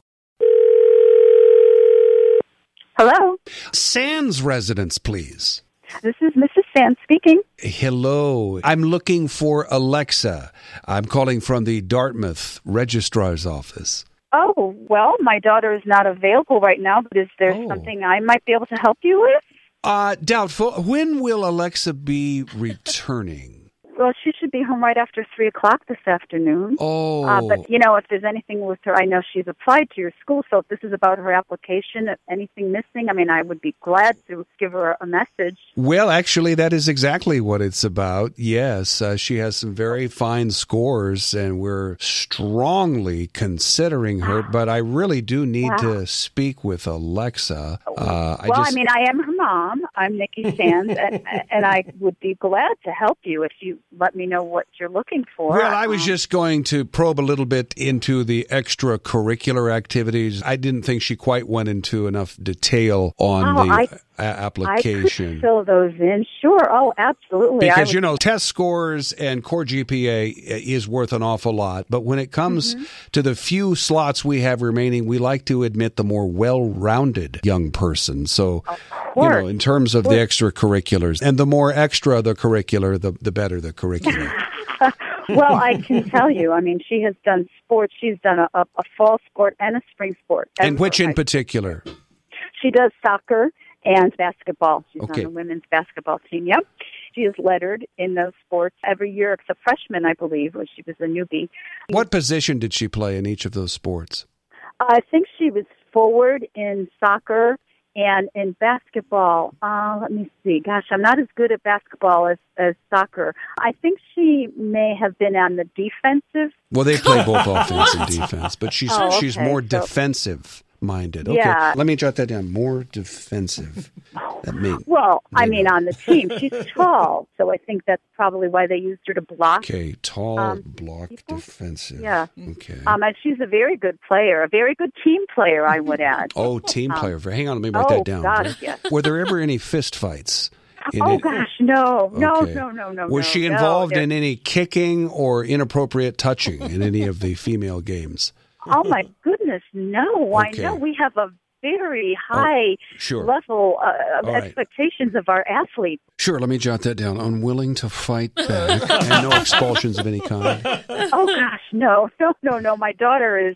Hello, Sands residence, please. this is Mrs. Sand speaking. Hello. I'm looking for Alexa. I'm calling from the Dartmouth Registrar's Office. Oh, well, my daughter is not available right now, but is there Oh. something I might be able to help you with? Uh, doubtful. When will Alexa be returning? Well, she should be home right after 3 o'clock this afternoon. Oh, Uh, but, you know, if there's anything with her, I know she's applied to your school, so if this is about her application, if anything missing, I mean, I would be glad to give her a message. well, actually, that is exactly what it's about. Yes, uh, she has some very fine scores, and we're strongly considering her. But I really do need to speak with Alexa. Uh, I Oh, well, just, I mean, I am her mom. I'm Nikki Sands, and, and I would be glad to help you if you let me know what you're looking for. Well, I was Um, just going to probe a little bit into the extracurricular activities. I didn't think she quite went into enough detail on Oh, the I- a- I could application. fill those in. Sure. Oh, absolutely. I Because, would- you know, test scores and core GPA uh, is worth an awful lot. But when it comes Mm-hmm. to the few slots we have remaining, we like to admit the more well rounded young person. So, you know, course. in terms of the extracurriculars, and the more extra the curricular, the, the better the curriculum. well, I can tell you. I mean, she has done sports. She's done a, a, a fall sport and a spring sport. and which in Like, particular? She does soccer and basketball. She's Okay. on the women's basketball team. Yep. She is lettered in those sports every year except freshman, I believe, when she was a newbie. What position did she play in each of those sports? I think she was forward in soccer and in basketball. Uh, let me see. Gosh, I'm not as good at basketball as, as soccer. I think she may have been on the defensive. Well, they play both offense and defense, but she's Oh, she's okay, more so- defensive minded. Okay, Yeah. let me jot that down. More defensive. That means Well, um, I mean, on the team. She's tall, so I think that's probably why they used her to block. okay. Tall Um, block people? defensive. Yeah. Okay. Um, and she's a very good player, a very good team player, I would add. oh, team player. Hang on, let me write oh, that down. God, yes. Were there ever any fist fights? in Oh, it? gosh, no, no, Okay. no, no, no. Was no, she no. involved There- in any kicking or inappropriate touching in any of the female games? Oh my goodness, no! Okay. Oh, I know we have a very high Sure. level uh, of All right. expectations of our athletes. Sure, let me jot that down. Unwilling to fight back and no expulsions of any kind. oh gosh, no, no, no, no! My daughter is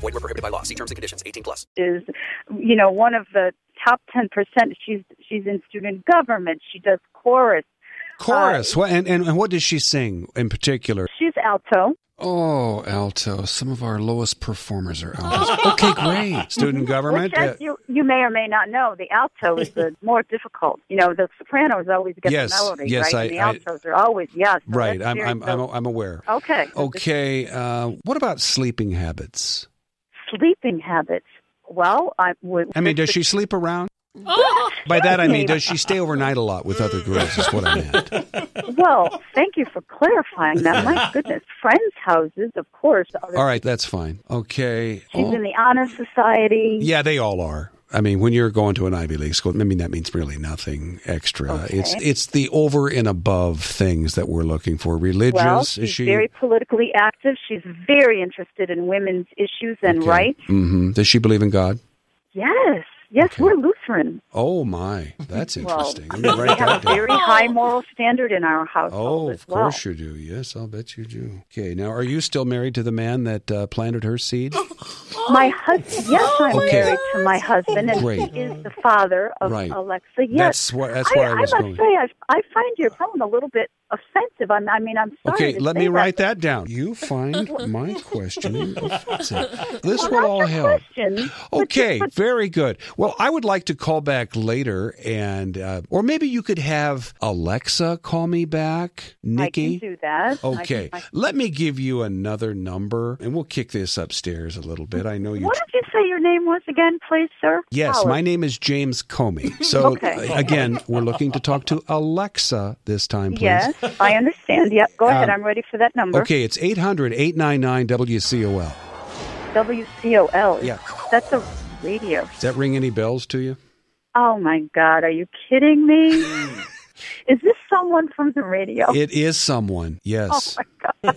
Void were prohibited by law. See terms and conditions. 18 plus. is you know one of the top ten percent. She's she's in student government. She does chorus. Chorus. what, and, and, and what does she sing in particular? She's alto. Oh, alto. Some of our lowest performers are altos. okay, great. Student government. Which, as uh, you, you may or may not know, the alto is the more difficult. You know, the sopranos always get Yes, the melody, yes, right? I- and the I- altos are always yes. so right. that's I'm, very- I'm, so- I'm, I'm aware. okay. so this Okay. Uh, what about sleeping habits? sleeping habits. Well, I would. I mean, does she sleep around? By that, I mean, does she stay overnight a lot with other girls, is what I meant. Well, thank you for clarifying that. My goodness, friends' houses, of course. Other, All right, that's fine. Okay. She's Oh. in the honor society. Yeah, they all are. I mean, when you're going to an Ivy League school, I mean that means really nothing extra. It's it's the over and above things that we're looking for. Religious Well, is she's she? very politically active. She's very interested in women's issues and rights. Mm-hmm. hmm Does she believe in God? Yes, Yes, we're Lutheran. Oh my, that's Well, interesting. Let me write We have a that down. very high moral standard in our household Oh, as of well. course you do. Yes, I'll bet you do. Okay, now are you still married to the man that uh, planted her seed? Oh, My husband, yes, I'm Okay. married to my husband, and Great. he is the father of Right. Alexa. Yes, That's what- that's where I was must going. say, I, I find your phone a little bit offensive. I'm, I mean, I'm sorry. Okay, to let say me that, write that down. You find my questioning offensive. This but will not all your help. Question, but just- Okay, very good. Well, I would like to call back later, and uh, or maybe you could have Alexa call me back, Nikki. I can do that. I Okay, can- I- let me give you another number, and we'll kick this upstairs a little bit. I know you. what did you say your name was again, please, sir? Yes, Howard. my name is James Comey. So Okay. uh, again, we're looking to talk to Alexa this time, please. Yes, I understand. Yep, go ahead. Um, I'm ready for that number. Okay, it's 800-899-WCOL. WCOL. Yeah. That's a radio. Does that ring any bells to you? Oh my God, are you kidding me? Is this someone from the radio? It is someone. Oh, Yes.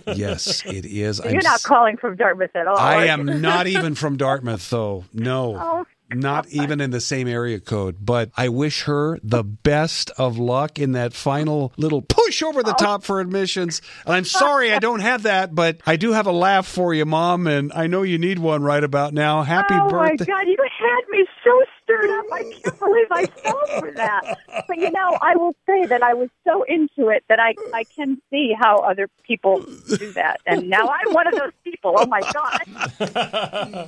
Yes, it is. You're not calling from Dartmouth at all. are I you? am not even from Dartmouth, though. No. Oh, not even in the same area code. But I wish her the best of luck in that final little push over Oh. the top for admissions. And I'm sorry I don't have that, but I do have a laugh for you, Mom. And I know you need one right about now. Happy oh birthday. my God, you had me so stirred up. I can't believe I fell for that. But you know, I will say that I was so into it that I, I can see how other people do that. And now I'm one of those people. Oh my God.